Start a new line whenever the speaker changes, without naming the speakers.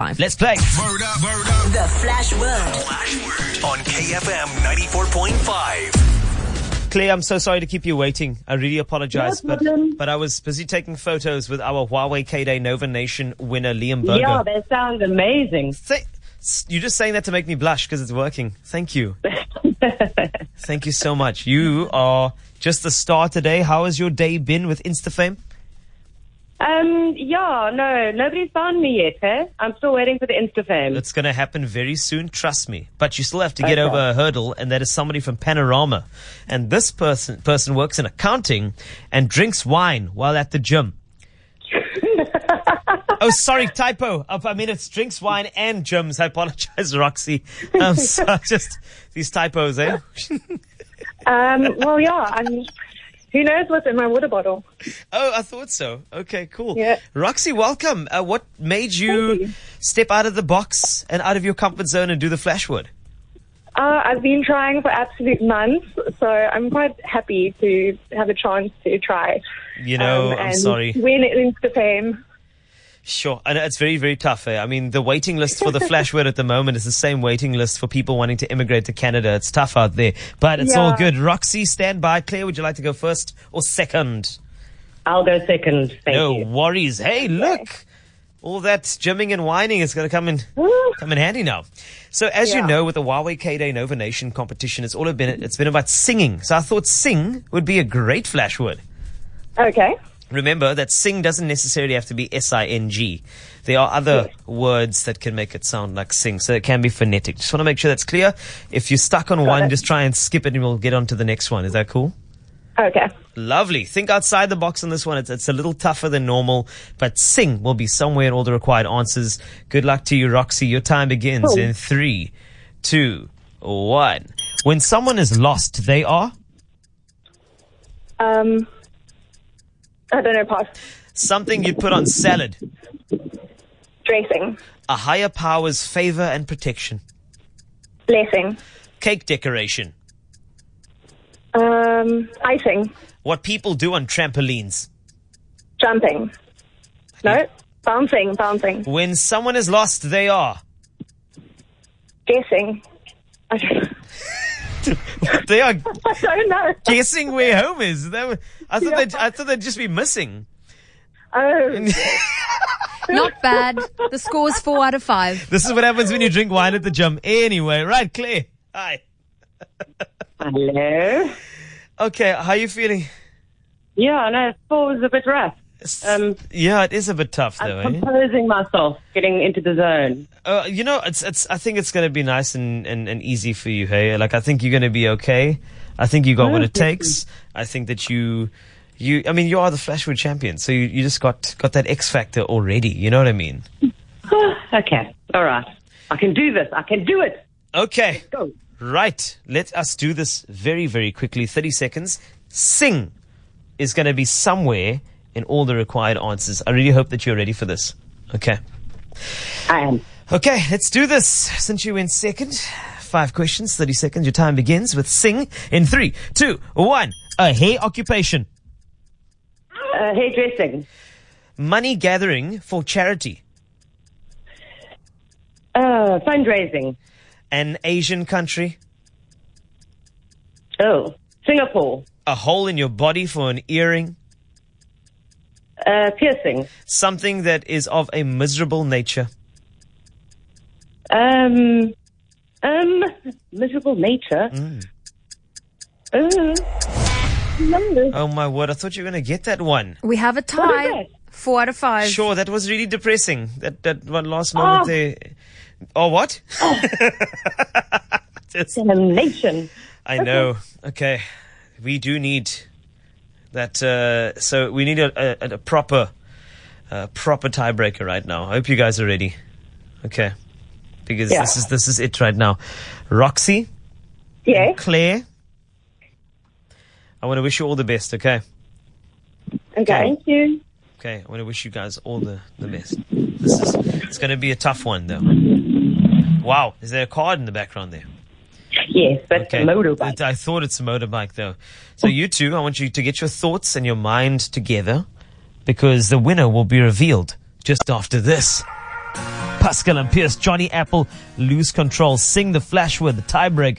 Five.
Let's play.
Word up, word up.
The Flash Word.
on KFM 94.5.
Claire, I'm so sorry to keep you waiting. I really apologize.
No
but
problem.
but I was busy taking photos with our Huawei K Day Nova Nation winner, Liam Berger.
Yeah, that sounds amazing.
Th- s- you're just saying that to make me blush because it's working. Thank you. Thank you so much. You are just the star today. How has your day been with InstaFame?
Um, yeah, no, nobody's found me yet, eh? I'm still waiting for the Insta fame.
It's going to happen very soon, trust me. But you still have to get
Okay.
over a hurdle, and that is somebody from Panorama. And this person person works in accounting and drinks wine while at the gym. oh, sorry, typo. I I mean, it's drinks wine and gyms. I apologize, Roxy. Um, so just these typos, eh?
Um, well, yeah, I'm. Who knows what's in my water bottle?
Oh, I thought so. Okay, cool.
Yeah.
Roxy, welcome. Uh, what made you,
Thank you.
step out of the box and out of your comfort zone and do the flashwood?
Uh, I've been trying for absolute months, so I'm quite happy to have a chance to try.
You know,
um,
I'm
and
sorry.
Win Insta fame.
Sure, and it's very, very tough. Eh? I mean, the waiting list for the Flashword at the moment is the same waiting list for people wanting to immigrate to Canada. It's tough out there, but it's all
Yeah.
good. Roxy, stand by. Claire, would you like to go first or second?
I'll go second. Thank
no
you.
worries. Hey, look, all that gymming and whining is going to come in come in handy now. So, as you
Yeah.
know, with the Huawei K Day Nova Nation competition, it's all been it's been about singing. So, I thought sing would be a great Flashword.
Okay.
remember that sing doesn't necessarily have to be s-i-n-g there are other words that can make it sound like sing so it can be phonetic just want to make sure that's clear if you're stuck on one
it.
just try and skip it and we'll get on to the next one is that cool
Oh, Okay.
lovely think outside the box on this one it's, it's a little tougher than normal but sing will be somewhere in all the required answers good luck to you roxy your time begins
Cool.
in three two one when someone is lost they are
Um, I don't know. Pass.
something you'd put on salad
Dressing.
a higher power's favor and protection
Blessing.
cake decoration,
Um, icing.
what people do on trampolines.
Jumping. No. Bouncing. Bouncing.
When someone is lost, they are.
Guessing. I don't-
They are
I don't know.
guessing where home is. They were, I thought they'd, I thought they'd just be missing.
Oh,
Not bad. The score's four out of five.
This is what happens when you drink wine at the gym. Anyway, right, Claire. Hi.
Hello?
Okay, how you feeling?
Yeah, no, four was a bit rough. Um,
yeah, it is a bit tough though. eh?
Composing myself, getting into the zone.
Uh, you know, it's it's. I think it's gonna be nice and, and, and easy for you. Hey, like I think you're gonna be okay. I think you got what it takes. I think that you, you. I mean, you are the Flashwood champion, so you, you just got got that X factor already. You know what I mean?
okay, all right. I can do this. I can do it.
Okay.
Go.
Right. Let us do this very very quickly. Thirty seconds. Sing is gonna be somewhere in all the required answers. I really hope that you're ready for this. Okay.
I am.
Okay, let's do this. Since you went second, five questions, 30 seconds. Your time begins with sing in three, two, one. A hair occupation.
Uh, hairdressing.
Money gathering for charity.
Uh, fundraising.
An Asian country.
Oh, Singapore.
A hole in your body for an earring.
Uh, piercing.
Something that is of a miserable nature.
Um, um, miserable nature. Uh, no.
Oh my word, I thought you were going to get that one.
We have a tie.
it?
Four out of five.
Sure, that was really depressing. That that one last moment
Oh.
there. Oh, what? Just-
Damnation.
I know. Okay, we do need that. Uh, so we need a, a, a proper, uh, proper tiebreaker right now. I hope you guys are ready. Okay, because
Yeah.
this is this is it right now. Roxy,
yeah.
Claire, I want to wish you all the best. Okay,
Okay.
Thank you.
okay, I want to wish you guys all the the best. This is it's going to be a tough one though. Wow, is there a card in the background there?
Yes, that's a motorbike.
It- I thought it's a motorbike, though. So, you two, I want you to get your thoughts and your mind together because the winner will be revealed just after this. Pascal and Pierce, Johnny Apple, Lose Control, Sing the Flash with, Tiebreak,